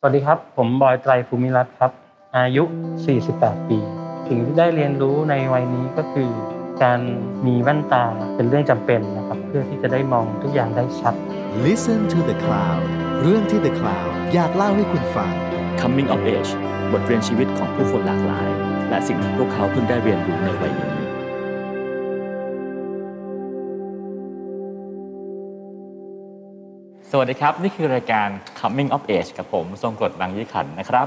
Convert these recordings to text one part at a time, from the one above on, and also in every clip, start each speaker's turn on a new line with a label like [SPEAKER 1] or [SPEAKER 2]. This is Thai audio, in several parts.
[SPEAKER 1] สวัสดีครับ ผมบอยไตรภูมิรัตน์ครับ อายุ 48 ปี สิ่งที่ได้เรียนรู้ในวัยนี้ก็คือ การมีแว่นตาเป็นเรื่องจำเป็นนะครับ เพื่อที่จะได้มองทุกอย่างได้ชัด
[SPEAKER 2] Listen to the Cloud เรื่องที่ The Cloud อยากเล่าให้คุณฟัง
[SPEAKER 3] Coming of Age บทเรียนชีวิตของผู้คนหลากหลาย และสิ่งที่พวกเขาเพิ่งได้เรียนรู้ในวัยนี้ สวัสดีครับ นี่คือรายการ Coming of Age กับผมทรงกรดลังยี่ขันธ์นะครับ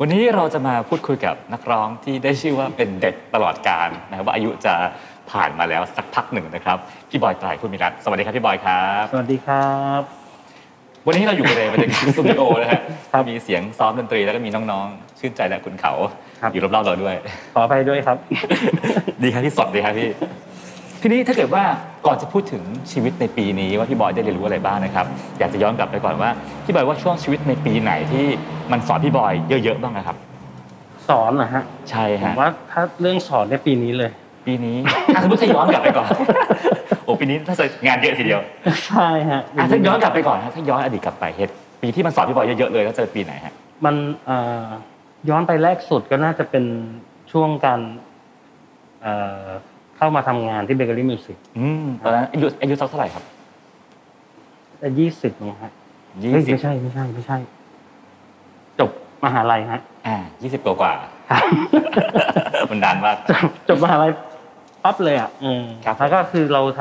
[SPEAKER 3] วันนี้เราจะมาพูดคุยกับนักร้องที่ได้ชื่อว่าเป็นเด็กตลอดการนะครับว่าอายุจะผ่านมาแล้วสักพักหนึ่งนะครับพี่บอยไตรคุณมิรัตน์สวัสดีครับพี่บอยครับ
[SPEAKER 1] สวัสดีครับ
[SPEAKER 3] วันนี้เราอยู่ ในบรรยากาศสตูดิโอนะฮะ
[SPEAKER 1] ครับ
[SPEAKER 3] มีเสียงซ้อมดนตรีแล้วก็มีน้องๆ ชื่นใจและคุณเขา
[SPEAKER 1] ครับ
[SPEAKER 3] อยู่รอบๆเราด้วย
[SPEAKER 1] ขออภัยด้วยครับ
[SPEAKER 3] ดีครับที่สดดีครับพี่ ทีนี้ถ้าเกิดว่าก่อนจะพูดถึงชีวิตในปีนี้ว่าพี่บอยได้เรียนรู้อะไรบ้างนะครับ อยากจะย้อนกลับไปก่อนว่าพี่บอยว่าช่วงชีวิตในปีไหนที่มันสอนพี่บอยเยอะๆบ้างนะครับ
[SPEAKER 1] สอนนะฮะ
[SPEAKER 3] ใช่
[SPEAKER 1] ผม
[SPEAKER 3] ฮะ
[SPEAKER 1] ว่าถ้าเรื่องสอนในยปีนี้เลย
[SPEAKER 3] ปีนี้อ่ะสมมติถ้าย้อนกลับไปก่อน โอ้ปีนี้ถ้าจะงานเยอะทีเดียว
[SPEAKER 1] ใช่ฮะ
[SPEAKER 3] อ่ะถ้าย้อนกลับไปก่อนฮะถ้าย้อนอดีตกลับไปเหตุปีที่มันสอนพี่บอยเยอะๆเลยแล้วจะเป็นปีไหนฮะ
[SPEAKER 1] มันเอ่อย้อนไปแรกสุดก็น่าจะเป็นช่วงการเอ่อเข้ามาทำงานที่เบเกอรี่มิวสิก
[SPEAKER 3] อืมตอนนั้นอายุอายุสักเท่าไหร่ครับ
[SPEAKER 1] ยี่สิบนะฮะ
[SPEAKER 3] ยี่
[SPEAKER 1] เฮ้ย
[SPEAKER 3] สิบ
[SPEAKER 1] ไม่ใช่ไม่ใช่ไม่ใช่ จบมหาลัยฮะ
[SPEAKER 3] อ่ายี่สิบกว่ากว่า ๆ มันนานมาก
[SPEAKER 1] จบจบมหาลัยปั๊บเลยอ่ะเออ
[SPEAKER 3] ครับ
[SPEAKER 1] แล้วก็คือเราท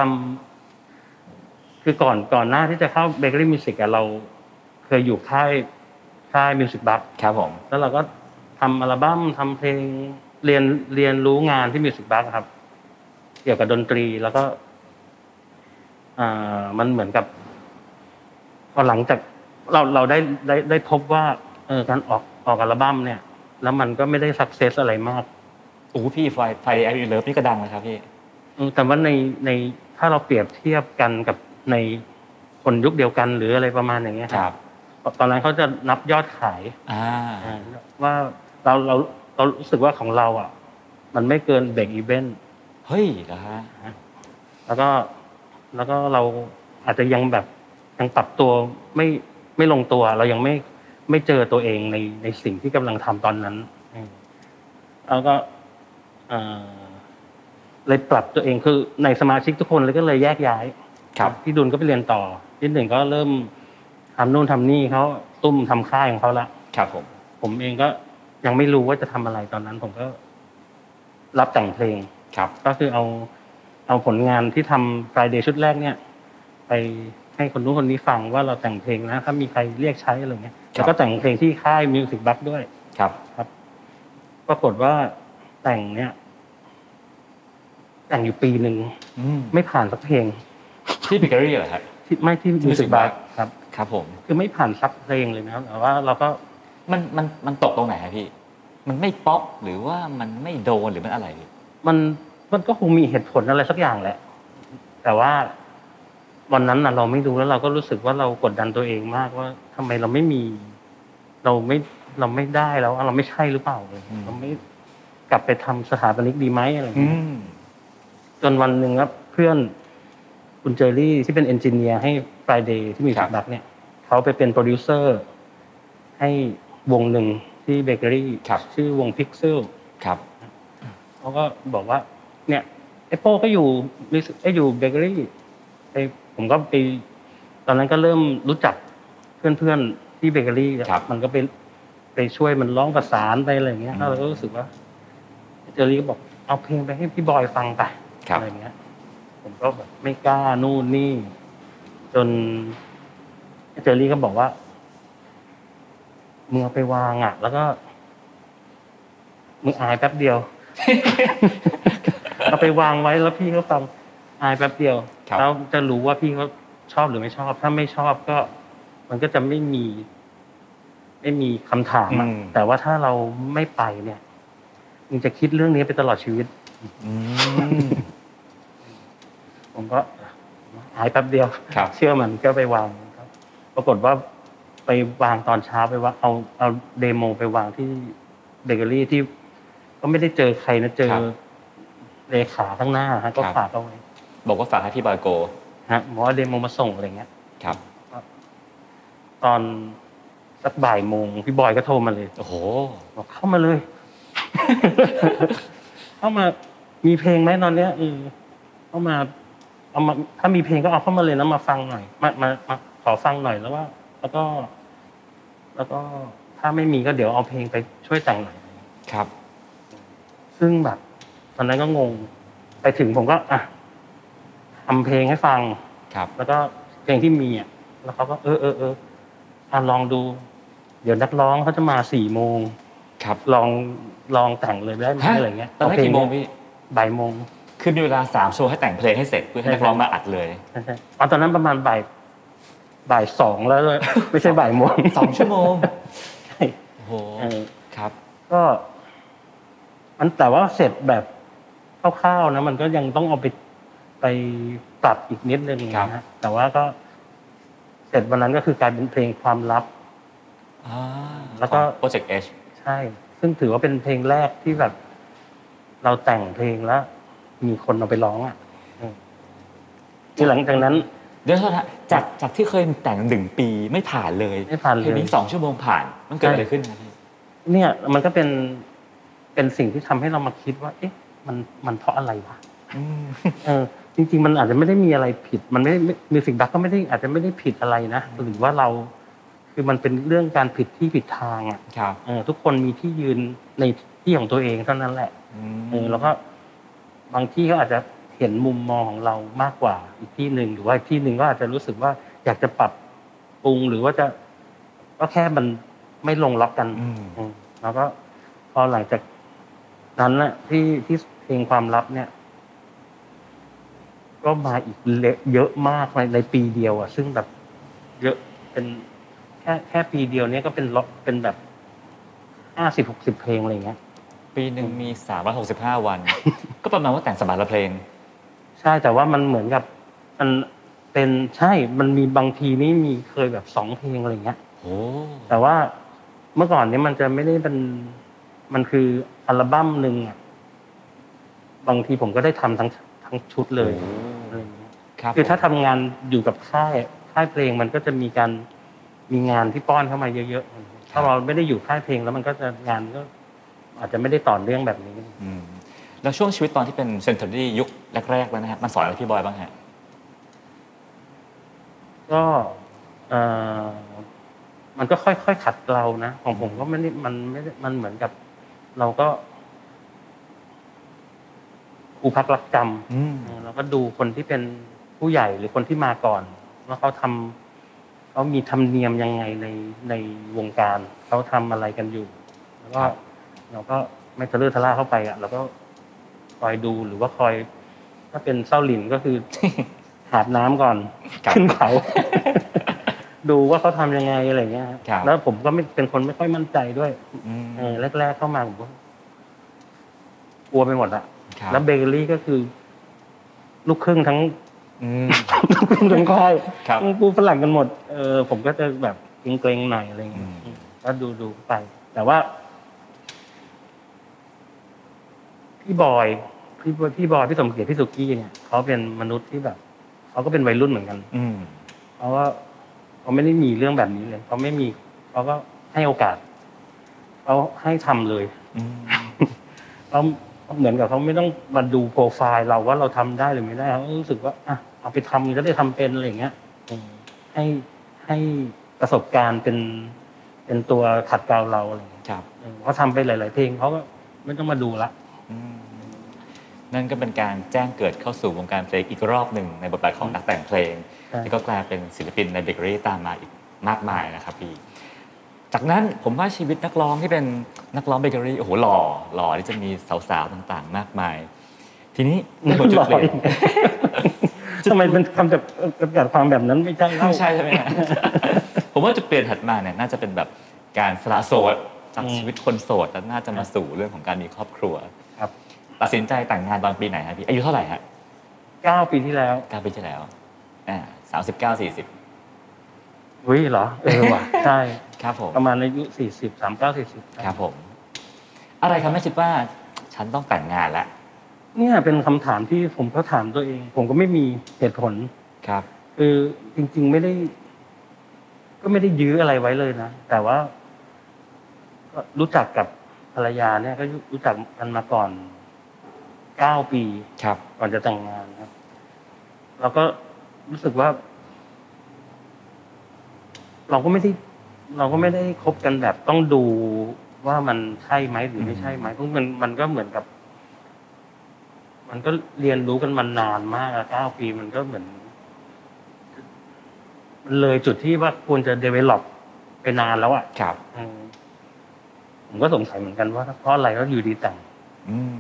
[SPEAKER 1] ำคือก่อนก่อนหน้าที่จะเข้าเบเกอรี่มิวสิกอ่ะเราเคยอยู่ค่ายค่ายมิวสิกบัค
[SPEAKER 3] ครับผม
[SPEAKER 1] แล้วเราก็ทำอัลบั้มทำเพลงเรียนเรียนรู้งานที่มิวสิกบัคครับ เกี่ยวกับดนตรีแล้วก็อ่ามันเหมือนกับพอหลังจากเราเราได้ได้ได้พบว่า เออการออกออกอัลบั้มเนี่ย แล้วมันก็ไม่ได้สักเซสอะไรมาก
[SPEAKER 3] โอ้โหพี่ไฟไฟแอปเลิฟนี่ก็ดังนะครับพี่
[SPEAKER 1] เออแต่ว่าในในถ้าเราเปรียบเทียบกันกับในคนยุคเดียวกันหรืออะไรประมาณอย่างเงี้ย
[SPEAKER 3] ครับ
[SPEAKER 1] ตอนนั้นเขาจะนับยอดขาย
[SPEAKER 3] อ่า
[SPEAKER 1] ว่าเราเราเรารู้สึกว่าของเราอ่ะ มันไม่เกินเบรกอีเวนต์
[SPEAKER 3] เฮ้ยเหรอฮะ
[SPEAKER 1] แล้วก็แล้วก็เราอาจจะยังแบบยังปรับตัวไม่ไม่ลงตัว เรายังไม่ไม่เจอตัวเองในในสิ่งที่กำลังทำตอนนั้นอืมแล้วก็เอ่อเลยปรับตัวเองคือในสมาชิกทุกคนเลยก็เลยแยกย้าย
[SPEAKER 3] ครับ
[SPEAKER 1] พี่ดุลก็ไปเรียนต่อพี่หนึ่งก็เริ่มทำนู่นทำนี่เขาตุ้มทำค่ายของเขาละ
[SPEAKER 3] ครับผม
[SPEAKER 1] ผมเองก็ยังไม่รู้ว่าจะทำอะไรตอนนั้น ผมก็ รับแต่งเพลง
[SPEAKER 3] ครับ
[SPEAKER 1] ก็คือเอาเอาผลงานที่ทำ Friday ชุดแรกเนี่ย ไปให้คนนู้นคนนี้ฟังว่าเราแต่งเพลงนะ ถ้ามีใครเรียกใช้อะไรเงี้ย
[SPEAKER 3] ครับ
[SPEAKER 1] แล้วก็แต่งเพลงที่ค่ายมิวสิกบัคด้วย
[SPEAKER 3] ครับ
[SPEAKER 1] ปรากฏว่าแต่งเนี่ย แต่งอยู่ปีหนึ่ง
[SPEAKER 3] อืม
[SPEAKER 1] ไม่ผ่านสักเพลง
[SPEAKER 3] ที่เบเกอรี่เหรอฮะ
[SPEAKER 1] ที่ไม่ที่มิวสิก
[SPEAKER 3] Music
[SPEAKER 1] บัค
[SPEAKER 3] Box
[SPEAKER 1] ครับ
[SPEAKER 3] ครับผม
[SPEAKER 1] คือไม่ผ่านซับเพลงเลยนะครับแต่ว่าเราก็
[SPEAKER 3] มันมันมันตกตรงไหนฮะพี่ มันไม่ป๊อปหรือว่ามันไม่โดนหรือมันอะไรพี่
[SPEAKER 1] มันมันก็คงมีเหตุผลอะไรสักอย่างแหละ แต่ว่าวันนั้นน่ะ เราไม่รู้แล้วเราก็รู้สึกว่าเรากดดันตัวเองมากว่าทำไมเราไม่มี เราไม่เราไม่ได้แล้วเราไม่ใช่หรือเปล่าเลยเราไม่กลับไปทำสถาปนิกดีไหมอะไรอย่าง
[SPEAKER 3] อื
[SPEAKER 1] เงี้ย
[SPEAKER 3] ม
[SPEAKER 1] จนวันหนึ่งครับเพื่อนคุณเจอรี่ที่เป็นเอนจิเนียร์ให้ Friday ที่มี
[SPEAKER 3] ครั
[SPEAKER 1] สั
[SPEAKER 3] บ
[SPEAKER 1] กดักเนี่ยเขาไปเป็นโปรดิวเซอร์ให้วงหนึ่งที่เบเกอรี่ชื่อวงพิกเซล
[SPEAKER 3] ครับ
[SPEAKER 1] เขาก็บอกว่า เนี่ยไอโป้ก็อยู่มิวสิไอยอยู่เบเกอรี่ไอผมก็ไปตอนนั้นก็เริ่มรู้จักเพื่อนๆที่เบเกอรี่
[SPEAKER 3] ครับ
[SPEAKER 1] มันก็ไปไปช่วยมันร้องประสานไปอะไรอย่างเงี้ย
[SPEAKER 3] อืม
[SPEAKER 1] แล้วเราก็รู้สึกว่าเจอรี่ก็บอกเอาเพลงไปให้พี่บอยฟังไป
[SPEAKER 3] ครับ
[SPEAKER 1] อะไรอย่างเงี้ย ผมก็แบบไม่กล้านู่นนี่ จนเจอรี่ก็บอกว่ามึงเอาไปวางอ่ะ แล้วก็มึงอายแป๊บเดียว เอาไปวางไว้แล้วพี่เขาฟังอายแป๊บเดียว
[SPEAKER 3] ครับ
[SPEAKER 1] แล้วจะรู้ว่าพี่เขาชอบหรือไม่ชอบ ถ้าไม่ชอบก็ มันก็จะไม่มี ไม่มีคำถามอะ
[SPEAKER 3] อืม
[SPEAKER 1] แต่ว่าถ้าเราไม่ไปเนี่ยมึงจะคิดเรื่องนี้ไปตลอดชีวิต
[SPEAKER 3] อืม
[SPEAKER 1] ผมก็หายแป๊บเดียว
[SPEAKER 3] ครับ
[SPEAKER 1] เชื่อมันก็ไปวางครับ ปรากฏว่าไปวางตอนเช้าไปว่าเอาเอาเดโมไปวางที่เบเกอรี่ที่ ก็ไม่ได้เจอใครนะเจอ
[SPEAKER 3] ครับ
[SPEAKER 1] เลขาข้างหน้าฮะก็
[SPEAKER 3] ครับ
[SPEAKER 1] ฝากเอาไว้
[SPEAKER 3] บอกว่าฝากให้พี่บอยโก
[SPEAKER 1] ฮะบอกว่าเดโมมาส่งอะไรเงี้ย
[SPEAKER 3] ครับ
[SPEAKER 1] ตอน สักบ่ายโมงพี่บอยก็โทรมาเลย
[SPEAKER 3] โอ้โห
[SPEAKER 1] บอกเข้ามาเลย เข้ามา มีเพลงไหมตอนเนี้ยเออเข้ามา เอามา ถ้ามีเพลงก็เอาเข้ามาเลยนะมาฟังหน่อย มามามาขอฟังหน่อยแล้วว่า แล้วก็ แล้วก็ถ้าไม่มีก็เดี๋ยวเอาเพลงไปช่วยแต่งหน่อย
[SPEAKER 3] ครับ
[SPEAKER 1] ซึ่งแบบ ตอนนั้นก็งง ไปถึงผมก็ อ่ะทำเพลงให้ฟัง
[SPEAKER 3] ครับ
[SPEAKER 1] แล้วก็เพลงที่มีอ่ะ แล้วเขาก็เออเออเอออ่ะลองดู เดี๋ยวนักร้องเขาจะมาสี่โมง
[SPEAKER 3] ครับ
[SPEAKER 1] ลองลองแต่งเลยได้ไหม
[SPEAKER 3] ฮะ
[SPEAKER 1] อะไรเงี้ย
[SPEAKER 3] ตอนนั้นกี่โมงพี่
[SPEAKER 1] บ่ายโมง
[SPEAKER 3] คือมีเวลาสามชั่วโมงให้แต่งเพลงให้เสร็จเพื่อให้
[SPEAKER 1] ใช่
[SPEAKER 3] นักร้อ
[SPEAKER 1] ค
[SPEAKER 3] ง
[SPEAKER 1] รับ
[SPEAKER 3] มาอัดเลย
[SPEAKER 1] ใช่ๆอ๋อตอนนั้นประมาณบ่ายบ่ายสองแล้ว ด้วย ไม่ใช่บ่ายโมง
[SPEAKER 3] สองชั่วโมง
[SPEAKER 1] ใช่
[SPEAKER 3] โอ้โห
[SPEAKER 1] เออ
[SPEAKER 3] ครับ
[SPEAKER 1] ก็มันแต่ว่าเสร็จแบบคร่าวๆนะ มันก็ยังต้องเอาไปไปปรับอีกนิดนึง
[SPEAKER 3] ครับ
[SPEAKER 1] นะฮะแต่ว่าก็ เสร็จวันนั้นก็คือกลายเป็นเพลงความลับ
[SPEAKER 3] อ่า
[SPEAKER 1] แล้วก็
[SPEAKER 3] โปรเจกต์เอช
[SPEAKER 1] ใช่ ซึ่งถือว่าเป็นเพลงแรกที่แบบ เราแต่งเพลงแล้ว มีคนเอาไปร้องอ่ะอืมที่หลังจากนั้น
[SPEAKER 3] เดี๋ยวโทษนะจากจากที่เคยแต่งหนึ่งปีไม่ผ่านเลย
[SPEAKER 1] ไม่ผ่านเลย
[SPEAKER 3] พลงนี้สองชั่วโมงผ่าน มันเกิดอะไรขึ้นครับพี่
[SPEAKER 1] เนี่ยมันก็เป็นเป็นสิ่งที่ทำให้เรามาคิดว่า เอ๊ะ มันมันเพราะอะไรวะ
[SPEAKER 3] อืม
[SPEAKER 1] เออ จริง ๆ มันอาจจะไม่ได้มีอะไรผิด มันไม่ได้มิวสิกดักก็ไม่ได้อาจจะไม่ได้ผิดอะไรนะหรือว่าเราคือมันเป็นเรื่องการผิดที่ผิดทางอ่ะ
[SPEAKER 3] ครับ
[SPEAKER 1] เออทุกคนมีที่ยืนในที่ของตัวเองเท่านั้นแหละ
[SPEAKER 3] อื
[SPEAKER 1] เออแล้วก็บางที่ก็อาจจะเห็นมุมมองของเรามากกว่าอีกที่หนึ่งหรือว่าอีกที่หนึ่งก็อาจจะรู้สึกว่า อยากจะปรับปรุงหรือว่าจะก็แค่มันไม่ลงล็อกกัน
[SPEAKER 3] อืม
[SPEAKER 1] อืมแล้วก็พอหลังจากนั้นน่ะที่ที่เพลงความลับเนี่ย ก็มาอีกเละเยอะมากในในปีเดียวอ่ะ ซึ่งแบบ เยอะเป็นแค่แค่ปีเดียวเนี้ยก็เป็นล็อกเป็นแบบห้าสิบหกสิบเพลงอะไรอย่างเงี้ย
[SPEAKER 3] ปีหนึ่งมีสามร้อยหกสิบห้าวัน ก็ประมาณว่าแต่งสมานละเพลง
[SPEAKER 1] ใช่แต่ว่ามันเหมือนกับมันเป็นใช่มันมีบางทีนี่มีเคยแบบสองเพลงอะไรอย่างเงี้ย
[SPEAKER 3] โอ้
[SPEAKER 1] แต่ว่าเมื่อก่อนเนี้มันจะไม่ได้เป็นมันคืออัลบั้มหนึ่งอ่ะบางทีผมก็ได้ทำทั้งทั้งชุดเลย
[SPEAKER 3] โอ้
[SPEAKER 1] อะไรอย่างเงี้ย
[SPEAKER 3] ครับ
[SPEAKER 1] คือถ้า
[SPEAKER 3] ผม
[SPEAKER 1] ทำงานอยู่กับค่ายค่ายเพลงมันก็จะมีการมีงานที่ป้อนเข้ามาเยอะๆถ้าเราไม่ได้อยู่ค่ายเพลงแล้วมันก็จะงานก็ อาจจะไม่ได้ต่อเรื่องแบบนี้
[SPEAKER 3] อืมแล้วช่วงชีวิตตอนที่เป็นเซนเตอรี่ยุคแรกๆแล้วนะฮะมันสอนอะไรพี่บอยบ้างฮะ
[SPEAKER 1] ก็เอ่อมันก็ค่อยๆขัดเกลานะของผมก็ไม่ได้มันไม่ได้มันเหมือนกับ เราก็ครูพักรักจำ
[SPEAKER 3] อืม
[SPEAKER 1] เออเราก็ดูคนที่เป็นผู้ใหญ่หรือคนที่มาก่อนว่าเขาทำเขามีธรรมเนียมยังไงในในวงการเขาทำอะไรกันอยู่ แล้วก็
[SPEAKER 3] ครับ
[SPEAKER 1] เราก็ไม่ทะเลอะทะล่าเข้าไปอ่ะเราก็คอยดูหรือว่าคอย ถ้าเป็นเศร้าหลินก็คือ หาบน้ำก่อน
[SPEAKER 3] ครับ
[SPEAKER 1] ขึ้น เขา ดูว่าเขาทำยังไงอะไรเงี้ยฮะ
[SPEAKER 3] ครับ
[SPEAKER 1] แล้วผมก็ไม่เป็นคนไม่ค่อยมั่นใจด้วย
[SPEAKER 3] อืม
[SPEAKER 1] เออแรก ๆเข้ามาผมก็กลัวไปหมดอะ
[SPEAKER 3] ครับ
[SPEAKER 1] แล้วเบเกอรี่ก็คือ ลูกครึ่งทั้ ง
[SPEAKER 3] อืม
[SPEAKER 1] ทั้งค่าย
[SPEAKER 3] ครับ
[SPEAKER 1] ทั้งผู้ฝรั่งกันหมด เออผมก็จะแบบเกรงๆหน่อยอะไรอย่างเงี้ย
[SPEAKER 3] อืม
[SPEAKER 1] ก็ดูดูไป แต่ว่า พี่บอยพี่บอยพี่บอยพี่สมเกียรติพี่สุกี้เนี่ยเขาเป็นมนุษย์ที่แบบเขาก็เป็นวัยรุ่นเหมือนกัน
[SPEAKER 3] อืม
[SPEAKER 1] เขาว่าเขาไม่ได้มีเรื่องแบบนี้เลยเขาไม่มีเขาก็ให้โอกาสเขาให้ทำเลย
[SPEAKER 3] อืม
[SPEAKER 1] เขาเหมือนกับเขาไม่ต้องมาดูโปรไฟล์เราว่าเราทำได้หรือไม่ได้เขารู้สึกว่าอ่ะเอาไปทำจะได้ทำเป็นอะไรอย่างเงี้ย ให้ให้ประสบการณ์เป็นเป็นตัวขัดเกลาเราอะไรอย่างเงี้ย
[SPEAKER 3] ครับ
[SPEAKER 1] เออเขาทำไปหลาย ๆ เพลงเขาก็ไม่ต้องมาดูละ
[SPEAKER 3] อืมนั่นก็เป็นการแจ้งเกิดเข้าสู่วงการเพลงอีกรอบหนึ่งในบทบาทของนักแต่งเพลง
[SPEAKER 1] ใช่
[SPEAKER 3] แล้วก็กลายเป็นศิลปินในเบเกอรี่ตามมาอีกมากมายนะครับพี่ จากนั้นผมว่าชีวิตนักร้องที่เป็นนักร้องเบเกอรี่โอ้โหหล่อหล่อที่จะมีสาวๆต่างๆ มากมาย ทีนี้ในบทจุดเปลี่ยน
[SPEAKER 1] ทำไมเป็นคำแบบจำกัดความแบบนั้นไม่ใช่เล่า
[SPEAKER 3] ไม่ใช่ใช่ไหมฮะ ผมว่าจุดเปลี่ยนถัดมาเนี่ยน่าจะเป็นแบบการสละโสดจาก
[SPEAKER 1] อืม
[SPEAKER 3] ชีวิตคนโสดแล้วน่าจะมาสู่เรื่องของการมีครอบครัว
[SPEAKER 1] ครับ
[SPEAKER 3] ตัดสินใจแต่งงานตอนปีไหนฮะพี่อายุเท่าไหร่ฮะ
[SPEAKER 1] เก้าปีที่แล้ว
[SPEAKER 3] เก้าปีที่แล้วอ่าสามสิบเก้าสี่สิบ
[SPEAKER 1] วิเหรอ เออว่ะ ใช่
[SPEAKER 3] ครับผม
[SPEAKER 1] ประมาณอายุสี่สิบสามเก้าสี่สิบ
[SPEAKER 3] ครับผม อะไรทำให้คิดว่าฉันต้องแต่งงานละ
[SPEAKER 1] เนี่ยเป็นคำถามที่ผมก็ถามตัวเอง ผมก็ไม่มีเหตุผล
[SPEAKER 3] ครับ
[SPEAKER 1] คือจริง ๆ ไม่ได้ ก็ ก็ไม่ได้ยื้ออะไรไว้เลยนะ แต่ว่าก็รู้จักกับภรรยาเนี่ย ก็รู้จักกันมาก่อนเก้าปี
[SPEAKER 3] ครับ
[SPEAKER 1] ก่อนจะแต่งงานครับ เราก็รู้สึกว่า เราก็ไม่ได้เราก็ไม่ได้คบกันแบบต้องดูว่ามันใช่ไหมหรือไม่ใช่ไหมเพราะมันมันก็เหมือนกับ มันก็เรียนรู้กันมานานมากเก้าปีมันก็เหมือนมันเลยจุดที่ว่าควรจะเดเวล็อปไปนานแล้วอ่ะ
[SPEAKER 3] ครับ
[SPEAKER 1] อืมผมก็สงสัยเหมือนกันว่าเพราะอะไรก็อยู่ดีแต่ง
[SPEAKER 3] อืม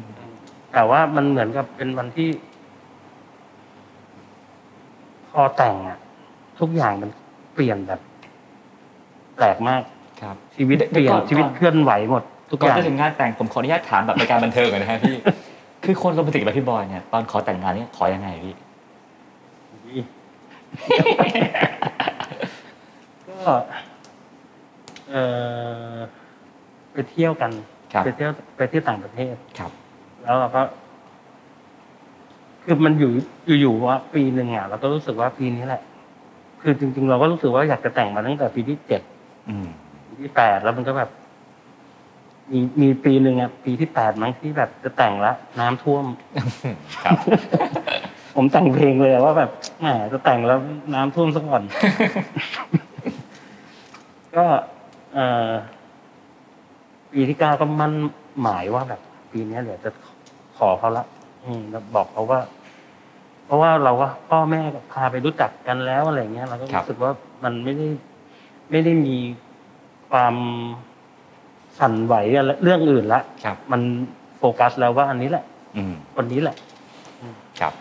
[SPEAKER 1] แต่ว่ามันเหมือนกับเป็นวันที่ พอแต่งอะทุกอย่างมันเปลี่ยนแบบ แปลกมาก
[SPEAKER 3] ครับ
[SPEAKER 1] ชีวิต
[SPEAKER 3] เดี๋ยว
[SPEAKER 1] เปลี่ยน
[SPEAKER 3] ก่อน
[SPEAKER 1] ชีวิตเคลื่อนไหวหมด ทุก
[SPEAKER 3] ก่อ
[SPEAKER 1] อน ย่าง
[SPEAKER 3] จะถึงงานแต่งผมขออนุญาตถามแบบรายการบันเทิงก่อนนะ ฮะพี่ คือคนโรแมนติกแบบพี่บอยเนี่ยตอนขอแต่งงานเนี่ยขอยังไงพี่
[SPEAKER 1] ก็เออไปเที่ยวกัน
[SPEAKER 3] ครับ
[SPEAKER 1] ไปเที่ยวไปเที่ยวต่างประเทศ
[SPEAKER 3] ครับ
[SPEAKER 1] แล้วเราก็ คือมันอยู่อยู่ๆว่าปีหนึ่งอ่ะเราก็รู้สึกว่าปีนี้แหละ คือจริง ๆ เราก็รู้สึกว่าอยากจะแต่งมาตั้งแต่ปีที่เจ็ด
[SPEAKER 3] อืม
[SPEAKER 1] ปีที่แปดแล้วมันก็แบบ มีมีปีหนึ่งอะปีที่แปดมั้งที่แบบจะแต่งละน้ำท่วม
[SPEAKER 3] ครับ
[SPEAKER 1] ผมแต่งเพลงเลยอะว่าแบบแหมจะแต่งแล้วน้ำท่วมสัก วัน ก็เออปีที่เก้าก็มั่นหมายว่าแบบ ปีเนี้ยเดี๋ยวจะขอเขาละอืมแล้วบอกเขาว่า เพราะว่าเราก็พ่อแม่ก็พาไปรู้จักกันแล้วอะไรเงี้ยเราก็
[SPEAKER 3] ครับ
[SPEAKER 1] รู้สึกว่ามันไม่ได้ ไม่ได้มีความสั่นไหวอะไรเรื่องอื่นละ
[SPEAKER 3] ครับ
[SPEAKER 1] มันโฟกัสแล้วว่าอันนี้แหละ
[SPEAKER 3] อืม
[SPEAKER 1] คนนี้แหละ
[SPEAKER 3] ครับ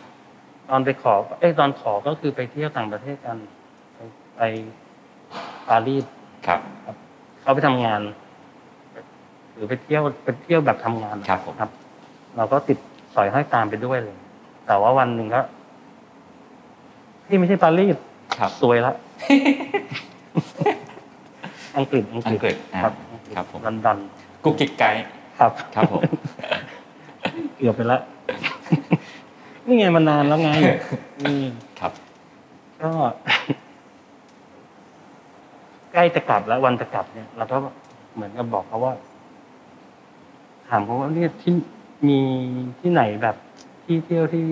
[SPEAKER 1] ตอนไปขอ เอ้ยตอนขอก็คือไปเที่ยวต่างประเทศกัน ไปไปปารีส
[SPEAKER 3] ครับ
[SPEAKER 1] เขาไปทำงาน หรือไปเที่ยวไปเที่ยวแบบทำงาน
[SPEAKER 3] ครับผม
[SPEAKER 1] ครับ เราก็ติดสอยห้อยตามไปด้วยเลย แต่ว่าวันหนึ่งก็ที่ไม่ใช่ปารีส
[SPEAKER 3] ครับ
[SPEAKER 1] ส วยละ อังกฤษอังก
[SPEAKER 3] อั
[SPEAKER 1] ฤ
[SPEAKER 3] ง
[SPEAKER 1] ษ
[SPEAKER 3] กฤษอ่า
[SPEAKER 1] ครับ
[SPEAKER 3] ครับผม
[SPEAKER 1] ลอนดอน
[SPEAKER 3] กุ๊กกิ๊กไกด์
[SPEAKER 1] ครับ
[SPEAKER 3] ครับผม
[SPEAKER 1] เกือบไปละ นี่ไงมันนานแล้ว ไงอืม
[SPEAKER 3] ครับ
[SPEAKER 1] ก็ ใกล้จะกลับแล้ววันจะกลับเนี่ยเราก็เหมือนกับบอกเขาว่า ถามเขาว่าเนี่ยที่มีที่ไหนแบบ ที่เที่ยวที่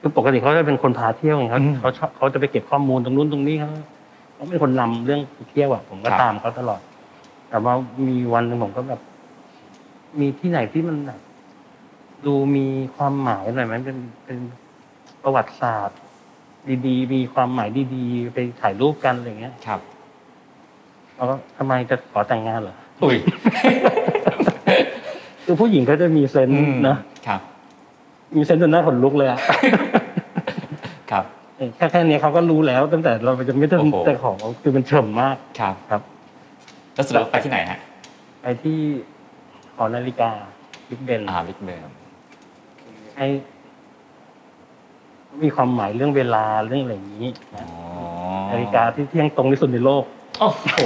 [SPEAKER 1] คือปกติเขาจะเป็นคนพาเที่ยวไงเขา
[SPEAKER 3] อืม
[SPEAKER 1] เขาชอบเขาจะไปเก็บข้อมูลตรงนู้นตรงนี้เขาเขาเป็นคนนำเรื่องเที่ยวอ่ะผมก็
[SPEAKER 3] ครับ
[SPEAKER 1] ตามเขาตลอด แต่ว่ามีวันหนึ่งผมก็แบบ มีที่ไหนที่มันแบบดูมีความหมายหน่อยไหมเป็นเป็นประวัติศาสตร์ ดีๆ มีความหมายดีๆ ไปถ่ายรูปกันอะไรเงี้ย
[SPEAKER 3] ครับ
[SPEAKER 1] แล้วก็ทำไมจะขอแต่งงานเหรอ
[SPEAKER 3] อุ้ย
[SPEAKER 1] คือผู้หญิงเขาจะมีเซนส์นะ
[SPEAKER 3] ครับ
[SPEAKER 1] มีเซนส์จนหน้าขนลุกเลยอะ
[SPEAKER 3] ครับ
[SPEAKER 1] แค่แค่นี้เขาก็รู้แล้ว ตั้งแต่เราจะไม่ต้อ
[SPEAKER 3] โอ้
[SPEAKER 1] ง
[SPEAKER 3] โห
[SPEAKER 1] แต่ของคือมันเฉ่มมาก
[SPEAKER 3] ครับ
[SPEAKER 1] ครับ
[SPEAKER 3] แล้วสุดท้ายไปที่ไหนฮะ
[SPEAKER 1] ไอ้ที่ขอนาฬิกาบิ๊กเบน
[SPEAKER 3] อ่าบิ๊กเบม
[SPEAKER 1] ให้มีความหมายเรื่องเวลาเรื่องอะไรอย่างนี้
[SPEAKER 3] อ๋
[SPEAKER 1] นะ
[SPEAKER 3] อ
[SPEAKER 1] นาฬิกาที่เที่ยงตรงที่สุดในโลก
[SPEAKER 3] โอ้โห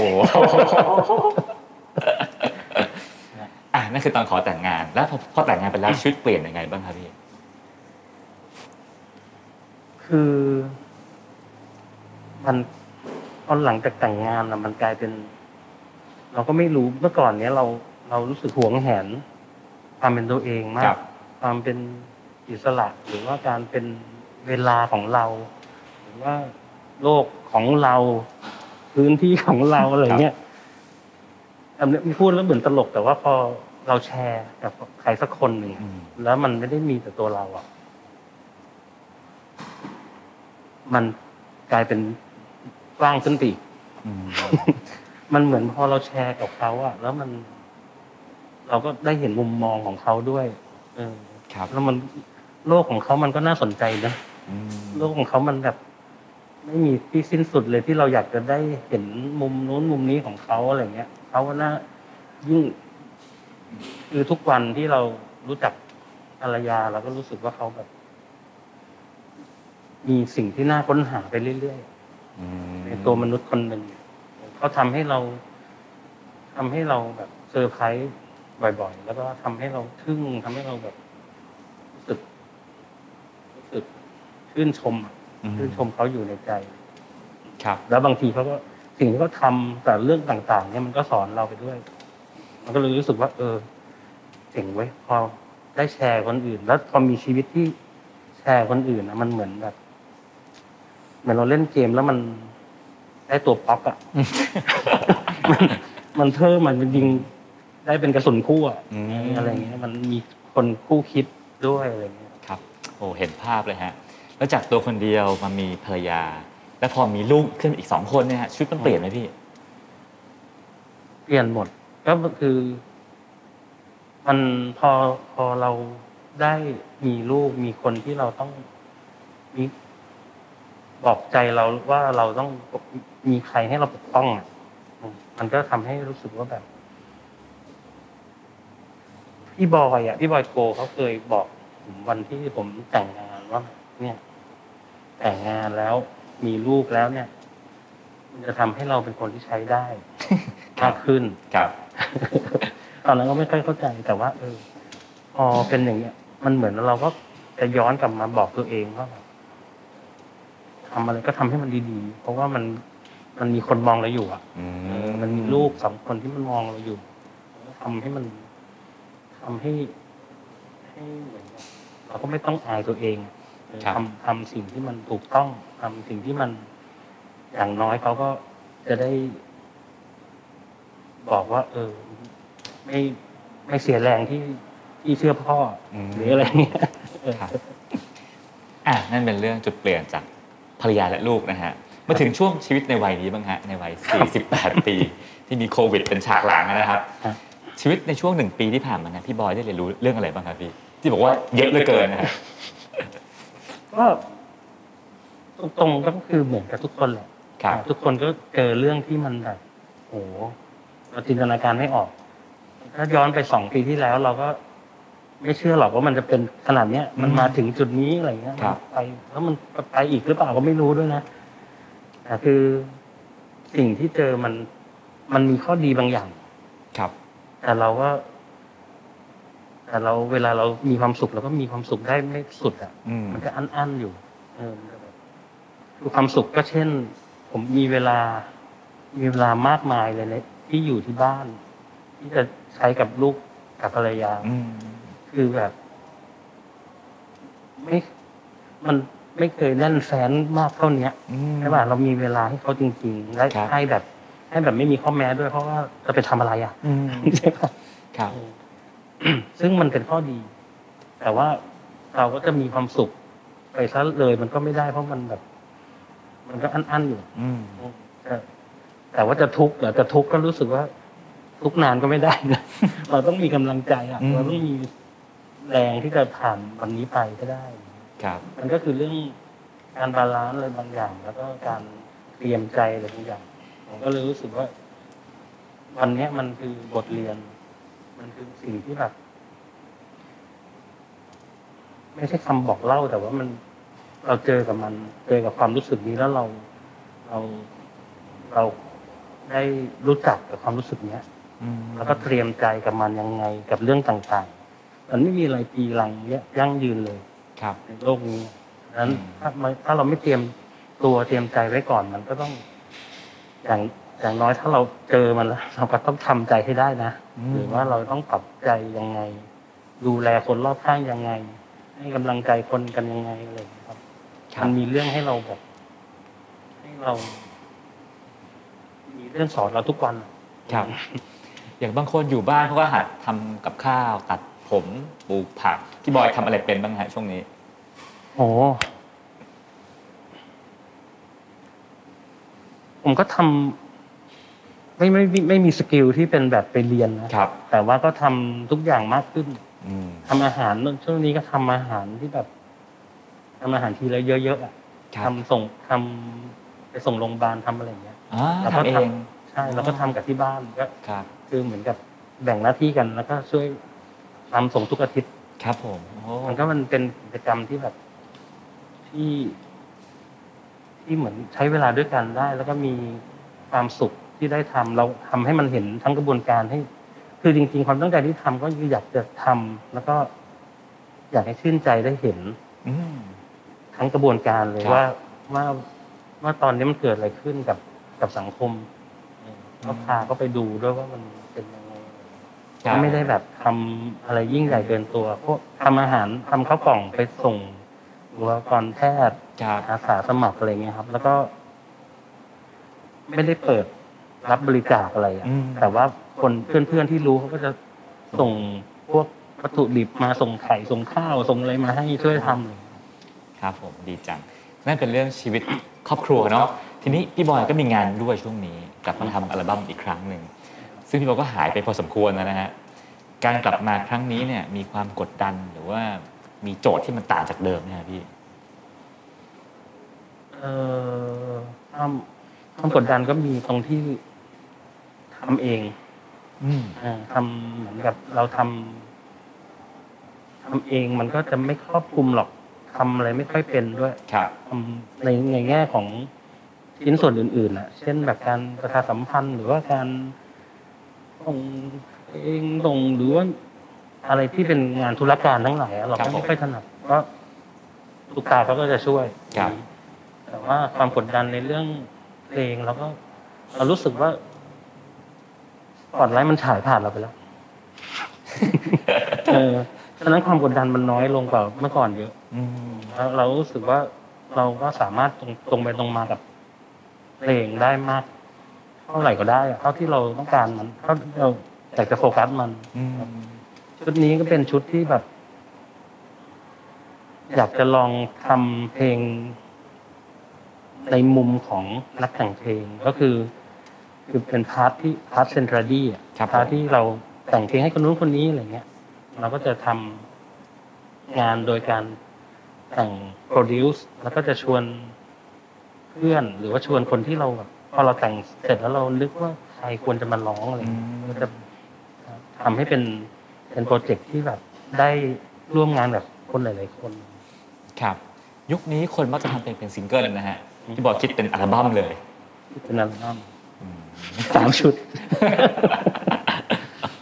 [SPEAKER 3] อ่ะนั่นคือตอนขอแต่งงาน แล้วพอพอแต่งงานไปแล้วชีวิตเปลี่ยนยังไงบ้างครับพี่
[SPEAKER 1] คือมันตอนหลังจากแต่งงานนะมันกลายเป็น เราก็ไม่รู้เมื่อก่อนเนี้ยเราเรารู้สึกหวงแหนความเป็นตัวเองมา
[SPEAKER 3] ครั
[SPEAKER 1] ก
[SPEAKER 3] บ
[SPEAKER 1] ความเป็นอิสระหรือว่าการเป็นเวลาของเรา หรือว่าโลกของเรา พื้นที่ของเราอะไรเงี้ยอันเนี้ยพูดแล้วเหมือนตลกแต่ว่าพอเราแชร์กับใครสักคนหนึ่ง
[SPEAKER 3] อืม
[SPEAKER 1] แล้วมันไม่ได้มีแต่ตัวเราอ่ะ มันกลายเป็นกว้างขึ้นไปอีก
[SPEAKER 3] อืม
[SPEAKER 1] มันเหมือนพอเราแชร์กับเขาอ่ะ แล้วมัน เราก็ได้เห็นมุมมองของเขาด้วย เออ
[SPEAKER 3] ครับ
[SPEAKER 1] แล้วมันโลกของเขามันก็น่าสนใจนะ
[SPEAKER 3] อืม
[SPEAKER 1] โลกของเขามันแบบ ไม่มีที่สิ้นสุดเลยที่เราอยากจะได้เห็นมุมนู้นมุมนี้ของเขาอะไรเงี้ยเขาก็น่ายิ่งคือทุกวันที่เรารู้จักภรรยาเราก็รู้สึกว่าเขาแบบ มีสิ่งที่น่าค้นหาไปเรื่อย
[SPEAKER 3] อืม
[SPEAKER 1] ๆในตัวมนุษย์คนหนึ่งเขาทำให้เราทำให้เราแบบเซอร์ไพรส์บ่อย ๆ แล้วก็ทำให้เราทึ่งทำให้เราแบบรู้สึกรู้สึกชื่นชมอะ
[SPEAKER 3] อืม
[SPEAKER 1] ชื่นชมเขาอยู่ในใจ
[SPEAKER 3] ครับ
[SPEAKER 1] แล้วบางทีเขาก็ สิ่งที่เขาทำแต่เรื่องต่าง ๆ เนี่ยมันก็สอนเราไปด้วย มันก็เลยรู้สึกว่า เออเจ๋งไว้ยพอได้แชร์คนอื่น แล้วพอมีชีวิตที่แชร์คนอื่นนะมันเหมือนแบบเหมือนเราเล่นเกมแล้วมันได้ตัวป๊อกอะ มันมันเพิ่มมันเป็นยิงได้เป็นกระสุนคู่อะ
[SPEAKER 3] อืม
[SPEAKER 1] อะไรอย่างเงี้ยมันมีคนคู่คิดด้วยอะไรอย่างเงี้ย
[SPEAKER 3] ครับโอ้เห็นภาพเลยฮะ แล้วจากตัวคนเดียวมามีภรรยา แล้วพอมีลูกขึ้นอีกสองคนเนี่ยฮะชีวิตมันเปลี่ยนไหมพี่
[SPEAKER 1] เปลี่ยนหมดก็คือ มันพอพอเราได้มีลูกมีคนที่เราต้องมีบอกใจเราว่าเราต้องมีใครให้เราปกป้องอ่ะอืมมันก็ทำให้รู้สึกว่าแบบ พี่บอยอ่ะพี่บอยโกเขาเคยบอกผมวันที่ผมแต่งงานว่า เนี่ย แต่งงานแล้วมีลูกแล้วเนี่ย มันจะทำให้เราเป็นคนที่ใช้ได้ มากขึ้น
[SPEAKER 3] ครับ
[SPEAKER 1] ตอนนั้นก็ไม่ค่อยเข้าใจแต่ว่า เออพอเป็นอย่างเงี้ย มันเหมือนเราก็จะย้อนกลับมาบอกตัวเองว่าแบบทำอะไรก็ทำให้มันดีๆ เพราะว่ามันมันมีคนมองเราอยู่อ่ะ
[SPEAKER 3] อื
[SPEAKER 1] เออมันมีลูกสองคนที่มันมองเราอยู่ทำให้มันทำให้ให้เหมือนกับเราก็ไม่ต้องอายตัวเองเออ
[SPEAKER 3] ครับ
[SPEAKER 1] ทำทำสิ่งที่มันถูกต้องทำสิ่งที่มัน อย่างน้อยเขาก็จะได้ บอกว่า เออ ไม่ไม่เสียแรงที่ที่เชื่อพ่ออ
[SPEAKER 3] ม
[SPEAKER 1] หรืออะไรเงี้ยเออ
[SPEAKER 3] ครับอ่ะนั่นเป็นเรื่องจุดเปลี่ยนจากภรรยาและลูกนะฮะ มาถึงช่วงชีวิตในวัยนี้บ้างฮะ ในวัย 48 ปี ที่มีโควิดเป็นฉากหลังนะครับ
[SPEAKER 1] ครับ
[SPEAKER 3] ชีวิตในช่วงหนึ่งปีที่ผ่านมาเนะพี่บอยได้เรียนรู้เรื่องอะไรบ้างครับพี่ ที่บอกว่าเยอะเหลือเกินนะฮะ
[SPEAKER 1] ก็ตรงๆก็คือเหมือนกับทุกคนแหละ
[SPEAKER 3] ครับ
[SPEAKER 1] ทุกคนก็เจอเรื่องที่มันแบบโหเราจินตนาการไม่ออก ถ้าย้อนไปสองปีที่แล้ว เราก็ ไม่เชื่อหรอกว่ามันจะเป็นขนาดเนี้ย มันมาถึงจุดนี้อะไรเงี้ย
[SPEAKER 3] ครับ
[SPEAKER 1] ไปแล้วมันไปอีกหรือเปล่าก็ไม่รู้ด้วยนะแต่คือสิ่งที่เจอมัน มันมีข้อดีบางอย่าง
[SPEAKER 3] ครับ
[SPEAKER 1] แต่เราก็ แต่เราเวลาเรามีความสุขเราก็มีความสุขได้ไม่สุดอ่ะ
[SPEAKER 3] อืม
[SPEAKER 1] มันก็อันอันๆอยู่ เออมันก็แบบคือความสุขก็เช่น ผมมีเวลา มีเวลามากมายเลยเนี่ยที่อยู่ที่บ้าน ที่จะใช้กับลูกกับภรรยา
[SPEAKER 3] อืม
[SPEAKER 1] คือแบบ ไม่ มันไม่เคยแน่นแฟนมากเท่าเนี้ย ใช่ป่ะเรามีเวลาให้เขาจริงๆและ
[SPEAKER 3] ครับ
[SPEAKER 1] ให้แบบ ให้แบบไม่มีข้อแม้ด้วยเพราะว่าจะไปทำอะไรอ่ะ
[SPEAKER 3] อืม
[SPEAKER 1] ใช่ป่ะ
[SPEAKER 3] ครับ
[SPEAKER 1] ซึ่งมันเป็นข้อดี แต่ว่าเราก็จะมีความสุขไปซะเลยมันก็ไม่ได้เพราะมันแบบ มันก็อั้นๆอยู่
[SPEAKER 3] อืม
[SPEAKER 1] แต่แต่ว่าจะทุกข์เหรอจะทุกข์ก็รู้สึกว่า ทุกข์นานก็ไม่ได้นะ เราต้องมีกำลังใจอะ
[SPEAKER 3] อืม
[SPEAKER 1] เราต้องมีแรงที่จะผ่านวันนี้ไปก็ได้
[SPEAKER 3] ครับ
[SPEAKER 1] มันก็คือเรื่องการบาลานซ์อะไรบางอย่าง แล้วก็การเตรียมใจอะไรบางอย่าง ผมก็เลยรู้สึกว่า วันเนี้ยมันคือบทเรียน มันคือสิ่งที่แบบไม่ใช่คำบอกเล่าแต่ว่ามันเราเจอกับมัน เจอกับความรู้สึกนี้แล้วเรา เรา เราได้รู้จักกับความรู้สึกเนี้ย
[SPEAKER 3] อืม
[SPEAKER 1] แล้วก็เตรียมใจกับมันยังไงกับเรื่องต่างๆมันไม่มีอะไรปีรังยั่งยืนเลย
[SPEAKER 3] ครับ
[SPEAKER 1] ในโลกนี้ฉะนั้น
[SPEAKER 3] อืม
[SPEAKER 1] ถ้ามันถ้าเราไม่เตรียมตัวเตรียมใจไว้ก่อน มันก็ต้อง อย่างอย่างน้อยถ้าเราเจอมันแล้วเราก็ต้องทำใจให้ได้นะ หรือว่าเราต้องปรับใจยังไง ดูแลคนรอบข้างยังไง ให้กำลังใจคนกันยังไงอะไรอย่างเงี้ยครับ
[SPEAKER 3] ครั
[SPEAKER 1] มั
[SPEAKER 3] บ
[SPEAKER 1] นมีเรื่องให้เราแบบให้เรา มีเรื่องสอนเราทุกวันอะ
[SPEAKER 3] ครับ อย่างบางคนอยู่บ้านเขาก็หัดทำกับข้าว ตัดผมปลูกผักพี่บอยทำอะไรเป็นบ้างฮะช่วงนี้
[SPEAKER 1] โอ้ ผมก็ทำไม่ไม่ไม่ไม่มีสกิลที่เป็นแบบไปเรียนนะ
[SPEAKER 3] ครับ
[SPEAKER 1] แต่ว่าก็ทำทุกอย่างมากขึ้น
[SPEAKER 3] อืม
[SPEAKER 1] ทำอาหารช่วงนี้ก็ทำอาหารที่แบบทำอาหารทีละเยอะๆอะ
[SPEAKER 3] ครั
[SPEAKER 1] ทำ
[SPEAKER 3] บ
[SPEAKER 1] ส่งทำไปส่งโรงพยาบาลทำอะไรอย่างเงี้ย
[SPEAKER 3] อ่า
[SPEAKER 1] แล้วก็
[SPEAKER 3] ทำเอ
[SPEAKER 1] ทำ
[SPEAKER 3] ง
[SPEAKER 1] ใช่แล้วก็ทำกับที่บ้านก็
[SPEAKER 3] ครับ
[SPEAKER 1] คือเหมือนกับแบ่งหน้าที่กัน แล้วก็ช่วยทำส่งทุกอาทิตย์
[SPEAKER 3] ครับผมโอ้
[SPEAKER 1] มันก็มันเป็นกิจกรรมที่แบบที่ ที่เหมือนใช้เวลาด้วยกันได้ แล้วก็มีความสุขที่ได้ทำเราทำให้มันเห็นทั้งกระบวนการให้ คือจริง ๆ ความตั้งใจที่ทำก็คืออยากจะทำแล้วก็ อยากให้ชื่นใจได้เห็น
[SPEAKER 3] อืม
[SPEAKER 1] ทั้งกระบวนการเลย
[SPEAKER 3] ครับ
[SPEAKER 1] ว่าว่าว่าตอนนี้มันเกิดอะไรขึ้นกับ กับสังคมเออก็พาก็ไปดูด้วยว่ามันเป็นยังไง
[SPEAKER 3] ครับ
[SPEAKER 1] ไม่ได้แบบทำอะไรยิ่งใหญ่เกินตัว พวกทำอาหารทำข้าวกล่องไปส่งบุคลากรแพทย์
[SPEAKER 3] ครับ
[SPEAKER 1] อาสาสมัครอะไรเงี้ยครับ แล้วก็ ไม่ได้เปิดรับบริจาคอะไรอะ
[SPEAKER 3] อืม
[SPEAKER 1] แต่ว่าคนเพื่อนๆที่รู้เขาก็จะส่งพวกวัตถุดิบมาส่งไข่ส่งข้าวส่งอะไรมาให้ช่วยทำเลย
[SPEAKER 3] ครับผมดีจังนั่นเป็นเรื่องชีวิตครอบครัวเนาะทีนี้พี่บอยก็มีงานด้วยช่วงนี้กลับมาทำอัลบั้มอีกครั้งหนึ่งซึ่งพี่บอยก็หายไปพอสมควรแล้วนะฮะการกลับมาครั้งนี้เนี่ยมีความกดดันหรือว่ามีโจทย์ที่มันต่างจากเดิมเนี่ยพี่
[SPEAKER 1] เออความความกดดันก็มีตรงที่ทำเอง
[SPEAKER 3] อืม
[SPEAKER 1] เอ่อทำเหมือนกับเราทำทำเองมันก็จะไม่ครอบคลุมหรอกทำอะไรไม่ค่อยเป็นด้วย
[SPEAKER 3] ครับ
[SPEAKER 1] ทำในในแง่ของชิ้นส่วนอื่นๆน่ะ เช่นแบบการประชาสัมพันธ์ หรือว่าการส่งเองส่งหรือว่าอะไรที่เป็นงานธุรการทั้งหลายอะเรา
[SPEAKER 3] ครั
[SPEAKER 1] ก็
[SPEAKER 3] บผม
[SPEAKER 1] ไม่ค่อยถนัดก็ลูกตาเขาก็จะช่วย
[SPEAKER 3] ครับ
[SPEAKER 1] แต่ว่าความกดดันในเรื่องเพลงเราก็เรารู้สึกว่าก่อนไลฟ์มันฉายผ่านเราไป แล้ว เออฉะนั้นความกดดันมันน้อยลงกว่าเมื่อก่อนเยอะ
[SPEAKER 3] อืม
[SPEAKER 1] แล้วเรารู้สึกว่าเราก็สามารถตรงตรงไปตรงมากับเพลงได้มาก เท่าไหร่ก็ได้อะเท่าที่เราต้องการมันเท่าที่เราอยากจะโฟกัสมัน
[SPEAKER 3] อืม
[SPEAKER 1] ชุดนี้ก็เป็นชุดที่แบบ อยากจะลองทำเพลง ในมุมของนักแต่งเพลงก็คือ คือเป็นพาร์ทที่พาร์ทเซนทรัลดี้อะ
[SPEAKER 3] ครับผ
[SPEAKER 1] พาม ที่เราแต่งเพลงให้คนนู้นคนนี้อะไรเงี้ย เราก็จะทำงานโดยการแต่งโปรดิวซ์แล้วก็จะชวนเพื่อนหรือว่าชวนคนที่เราแบบพอเราแต่งเสร็จแล้วเรานึกว่าใครควรจะมาร้องอะไร
[SPEAKER 3] อื
[SPEAKER 1] เงี้ย
[SPEAKER 3] ม
[SPEAKER 1] ก็จะทำให้เป็นเป็นโปรเจกต์ที่แบบได้ร่วมงานกับคนหลายๆคน
[SPEAKER 3] ครับ ยุคนี้คนมักจะทำเพลงเป็นซิงเกิลนะฮะพี่บอยคิดเป็นอัลบั้มเลย
[SPEAKER 1] ที่เป็นอัลบั้มสาม ชุด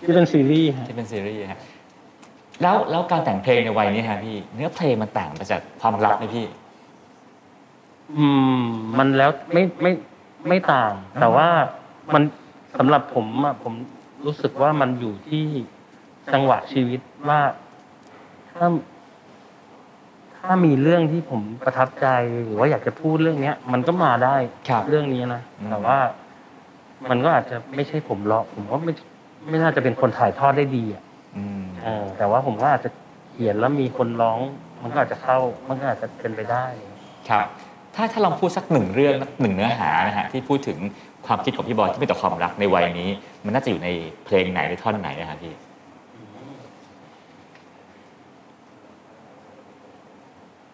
[SPEAKER 1] ที่เป็นซีรีส์ฮะ
[SPEAKER 3] ที่เป็นซีรีส์ฮะแล้วแล้วการแต่งเพลงในวัยนี้ฮะพี่ เนื้อเพลงมันต่างไปจากความรักไหมพี่
[SPEAKER 1] อืม มันแล้วไม่ไม่ไม่ต่าง แต่ว่ามันสำหรับผมอะผมรู้สึกว่ามันอยู่ที่จังหวะชีวิตว่าถ้า ถ้ามีเรื่องที่ผมประทับใจหรือว่าอยากจะพูดเรื่องเนี้ย มันก็มาได้
[SPEAKER 3] ครับ
[SPEAKER 1] เรื่องนี้นะ
[SPEAKER 3] อืม
[SPEAKER 1] แต่ว่า มันก็อาจจะไม่ใช่ผมหรอกผมก็ไม่ไม่น่าจะเป็นคนถ่ายทอดได้ดีอะ
[SPEAKER 3] อืม
[SPEAKER 1] เออแต่ว่าผมก็อาจจะเขียนแล้วมีคนร้อง มันก็อาจจะเข้า มันก็อาจจะเป็นไปได้
[SPEAKER 3] ครับ ถ้าถ้าลองพูดสักหนึ่งเรื่องหนึ่งเนื้อหานะฮะที่พูดถึงความคิดของพี่บอยที่เป็นต่อความรักในวัยนี้ มันน่าจะอยู่ในเพลงไหนในท่อนไหนนะฮะพี่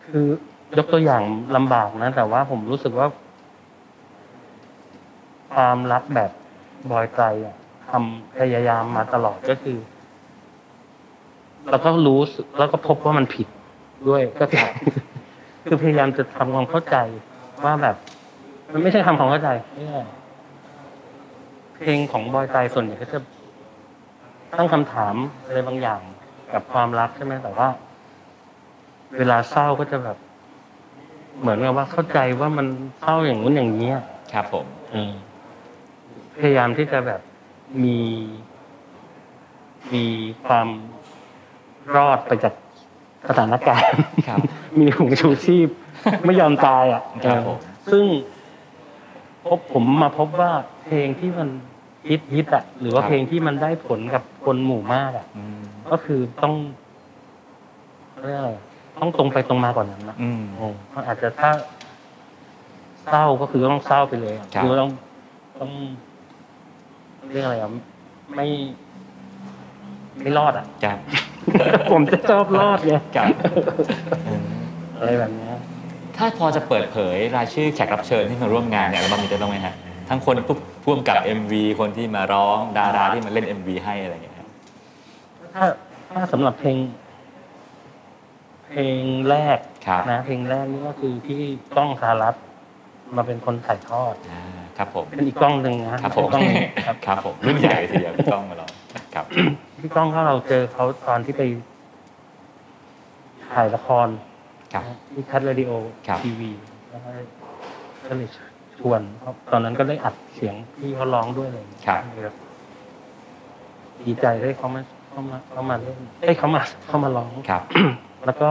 [SPEAKER 1] คือยกตัวอย่างลำบากนะ แต่ว่าผมรู้สึกว่า ความรักแบบบอยไกลอะทำพยายามมาตลอดก็คือเราก็รู้สึกแล้วก็พบว่ามันผิดด้วยก็คือ คือพยายามจะทำความเข้าใจว่าแบบ มันไม่ใช่ทำความเข้าใจไม่ใช่เพลงของบอยไกลส่วนใหญ่ก็จะตั้งคำถามอะไรบางอย่างกับความรักใช่ไหมแต่ว่า เวลาเศร้าก็จะแบบ เหมือนกับว่าเข้าใจว่ามันเศร้าอย่างนู้นอย่างนี้อะ
[SPEAKER 3] ครับผม
[SPEAKER 1] เออพยายามที่จะแบบมี มีความรอดไปจากสถานการณ์
[SPEAKER 3] ครับ
[SPEAKER 1] มีถุงชูชีพ ไม่ยอมตายอ่ะ
[SPEAKER 3] ครับผม
[SPEAKER 1] เออซึ่งพบผมมาพบว่าเพลงที่มันฮิตฮิตๆอ่ะหรือว่าเพลงที่มันได้ผลกับคนหมู่มากอ่ะ
[SPEAKER 3] อืม
[SPEAKER 1] ก็คือต้องเขาเรียกอะไรต้องตรงไปตรงมาก่อนนั้นนะ
[SPEAKER 3] อืม
[SPEAKER 1] เออมันอาจจะถ้าเศร้าก็คือต้องเศร้าไปเลยอะ
[SPEAKER 3] ครับ
[SPEAKER 1] อต้องต้องเรียกอะไรอ่ะไม่ ไม่รอดอ่ะ
[SPEAKER 3] ครับ
[SPEAKER 1] ผมจะชอบรอดไง
[SPEAKER 3] ครับ
[SPEAKER 1] อะไรแบบเนี้ย
[SPEAKER 3] ถ้าพอจะเปิดเผยรายชื่อแขกรับเชิญที่มาร่วมงานเนี่ยอัลบั้มนี้ได้บ้างไหมฮะทั้งคนผู้ร่วมกับ MV คนที่มาร้องดาราที่มาเล่น MV ให้อะไรอย่างเงี้ยครับ
[SPEAKER 1] ถ้าถ้าสำหรับเพลง เพลงแรก
[SPEAKER 3] ครับ
[SPEAKER 1] นะเพลงแรกนี่ก็คือที่กล้องสารัตน์มาเป็นคนถ่ายทอด
[SPEAKER 3] อ่าครับผม
[SPEAKER 1] เป็นอีกกล้องหนึ่งนะครับ
[SPEAKER 3] ผม
[SPEAKER 1] กล้องหนึ่งครับ
[SPEAKER 3] ครับผมรุ่นใหญ่เลยทีเดียวพี่ก้องมาลองครับ
[SPEAKER 1] พี่ก้องก็เราเจอเขาตอนที่ไปถ่ายละคร
[SPEAKER 3] ครับ
[SPEAKER 1] ที่คัดเรดิโอ
[SPEAKER 3] ครับ
[SPEAKER 1] ทีวีแล้วก็ก็เลยช ควรเพราะตอนนั้นก็ได้อัดเสียงพี่เขาร้องด้วยอะไรอย่างเลย
[SPEAKER 3] ครับ
[SPEAKER 1] ครับดีใจได้เขามาเขามาเขามาเล่นได้ยเขามาเขามาร้อง
[SPEAKER 3] ครับ
[SPEAKER 1] แล้วก็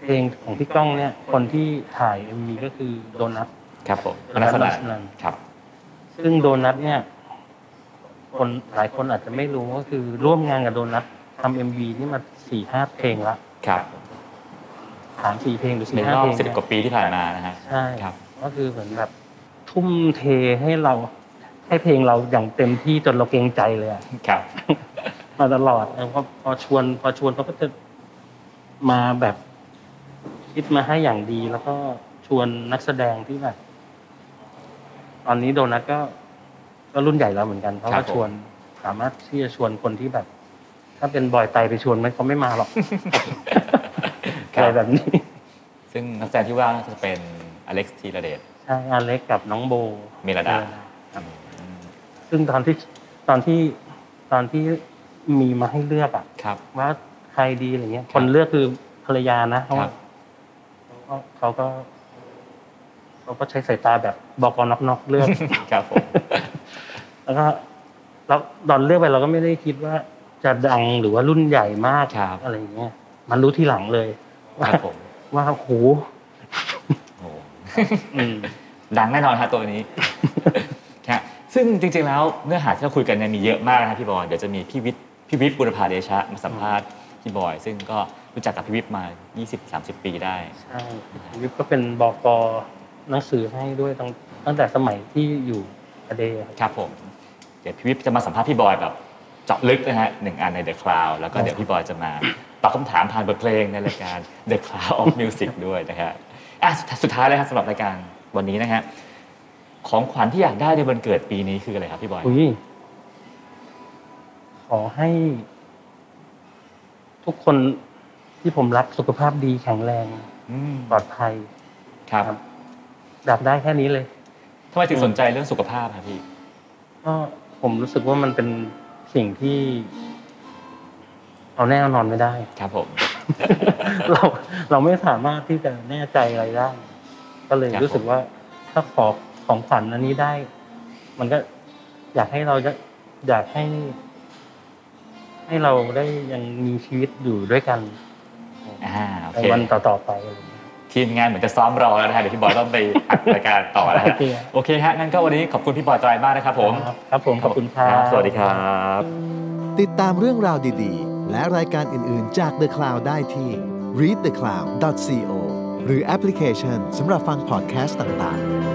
[SPEAKER 1] เพลงของพี่ก้องเนี่ย คนที่ถ่ายเอ็มวีก็คือโดนัท
[SPEAKER 3] ครับผมอนัสนั
[SPEAKER 1] อ
[SPEAKER 3] น
[SPEAKER 1] นัสนัน
[SPEAKER 3] ครับ
[SPEAKER 1] ซึ่งโดนัทเนี่ย คนหลายคนอาจจะไม่รู้ก็คือ ร่วมงานกับโดนัททำเอ็มวีนี่มาสี่ห้าเพลงละ
[SPEAKER 3] ครับ
[SPEAKER 1] สามสี่เพลงหรือ
[SPEAKER 3] ใน
[SPEAKER 1] สี่ห้าร
[SPEAKER 3] อบ
[SPEAKER 1] เพลง
[SPEAKER 3] สิบ
[SPEAKER 1] เนี่ย
[SPEAKER 3] กว่าปีที่ผ่านมานะฮะ
[SPEAKER 1] ใช่
[SPEAKER 3] ครับ
[SPEAKER 1] ก็คือเหมือนแบบ ทุ่มเทให้เรา ให้เพลงเราอย่างเต็มที่จนเราเกรงใจเลยอะ
[SPEAKER 3] ครับ
[SPEAKER 1] มาตลอดเออพอพอชวน พอชวนเขาก็จะมาแบบคิดมาให้อย่างดี แล้วก็ชวนนักแสดงที่แบบ ตอนนี้โดนัทก็ก็รุ่นใหญ่แล้วเหมือนกันเขา
[SPEAKER 3] ครั
[SPEAKER 1] ก็
[SPEAKER 3] บผม
[SPEAKER 1] ชวนสามารถที่จะชวนคนที่แบบ ถ้าเป็นบอยไตไปชวนมันเขาไม่มาหรอก
[SPEAKER 3] ค
[SPEAKER 1] อะ
[SPEAKER 3] รั
[SPEAKER 1] ไร
[SPEAKER 3] บ
[SPEAKER 1] แบบนี้
[SPEAKER 3] ซึ่งนักแสดงที่ว่าน่าจะเป็นอเล็กซ์ธีระเดช
[SPEAKER 1] ใช่อาเล็กกับน้องโบ
[SPEAKER 3] มิลดา
[SPEAKER 1] ครับซึ่งตอนที่ตอนที่ตอนที่มีมาให้เลือกอะ
[SPEAKER 3] ครับ
[SPEAKER 1] ว่าใครดีอะไรเงี้ย คนเลือกคือภรรยานะเขา
[SPEAKER 3] ครับ
[SPEAKER 1] ก็เขาก็เขาก็ใช้สายตาแบบบอกอนนอกๆเลื อก
[SPEAKER 3] ครับผม
[SPEAKER 1] แล้วก็เราตอนเลือกไปเราก็ไม่ได้คิดว่า จะดังหรือว่ารุ่นใหญ่มาก
[SPEAKER 3] ครับ
[SPEAKER 1] อะไรเงี้ย มันรู้ทีหลังเลย
[SPEAKER 3] ค
[SPEAKER 1] ว่า
[SPEAKER 3] รับผม
[SPEAKER 1] ว่าโห
[SPEAKER 3] โอ้
[SPEAKER 1] อืม
[SPEAKER 3] ดังแน่นอนฮะตัวนี้ ครับซึ่งจริงๆแล้วเนื้อหาที่เราคุยกันเนี่ยมีเยอะมากนะครับพี่บอยเดี๋ยวจะมีพี่วิทย์พี่วิทย์บุรพาเดชะมาสัมภาษณ์พี่บอย ซึ่งก็รู้จักกับพี่วิทย์มา 20-30 ปีได้
[SPEAKER 1] ใช่ยุคก็เป็นบอกอหนังสือให้ด้วยตั้งตั้งแต่สมัยที่อยู่อเดย์ครับ
[SPEAKER 3] ครับผม เดี๋ยวพี่วิทย์จะมาสัมภาษณ์พี่บอยแบบเจาะลึกนะฮะหนึ่งอันใน The Cloud แล้วก็เดี๋ยวพี่บอยจะมาตอบคำถามผ่านบทเพลงในรายการ The Cloud of Music ด้วยนะฮะอ่ะสุดสุดท้ายเลยครับสำหรับรายการวันนี้นะฮะของขวัญที่อยากได้ในวันเกิดปีนี้คืออะไรครับพี่บอย
[SPEAKER 1] อุ้ยขอให้ ทุกคนที่ผมรักสุขภาพดีแข็งแรง
[SPEAKER 3] อืม
[SPEAKER 1] ปลอดภัย
[SPEAKER 3] ครับ
[SPEAKER 1] อยากได้แค่นี้เลย
[SPEAKER 3] ทำไมถึงสนใจเรื่องสุขภาพครับพี่
[SPEAKER 1] ก็ผมรู้สึกว่ามันเป็นสิ่งที่ เอาแน่เอานอนไม่ได้
[SPEAKER 3] ครับผม
[SPEAKER 1] เราเราไม่สามารถที่จะแน่ใจอะไรได้ ก็เลย
[SPEAKER 3] ครับ
[SPEAKER 1] รู้สึกว่า ถ้าขอของขวัญอันนี้ได้ มันก็อยากให้เราจะอยากให้ ให้เราได้ยังมีชีวิตอยู่ด้วยกัน
[SPEAKER 3] อ่า
[SPEAKER 1] ใน
[SPEAKER 3] โอเค
[SPEAKER 1] วันต่อๆไปอะไรอย่างเงี้ย
[SPEAKER 3] ทีมงานเหมือนจะซ้อมรอแล้วนะฮะเดี๋ยวพี่บอยต้องไป อัดรายการต่อแล้ว
[SPEAKER 1] โอ
[SPEAKER 3] ฮะ
[SPEAKER 1] เค
[SPEAKER 3] โอเคฮะงั้นก็วันนี้ขอบคุณพี่บอยไตรมากนะครับผม
[SPEAKER 1] ครับผมขอบคุณครับ
[SPEAKER 3] สวัสดีครับ
[SPEAKER 2] ติดตามเรื่องราวดีๆ และรายการอื่นๆจาก The Cloud ได้ที่ readthecloud.co หรือแอปพลิเคชันสำหรับฟังพอดแคสต์ต่างๆ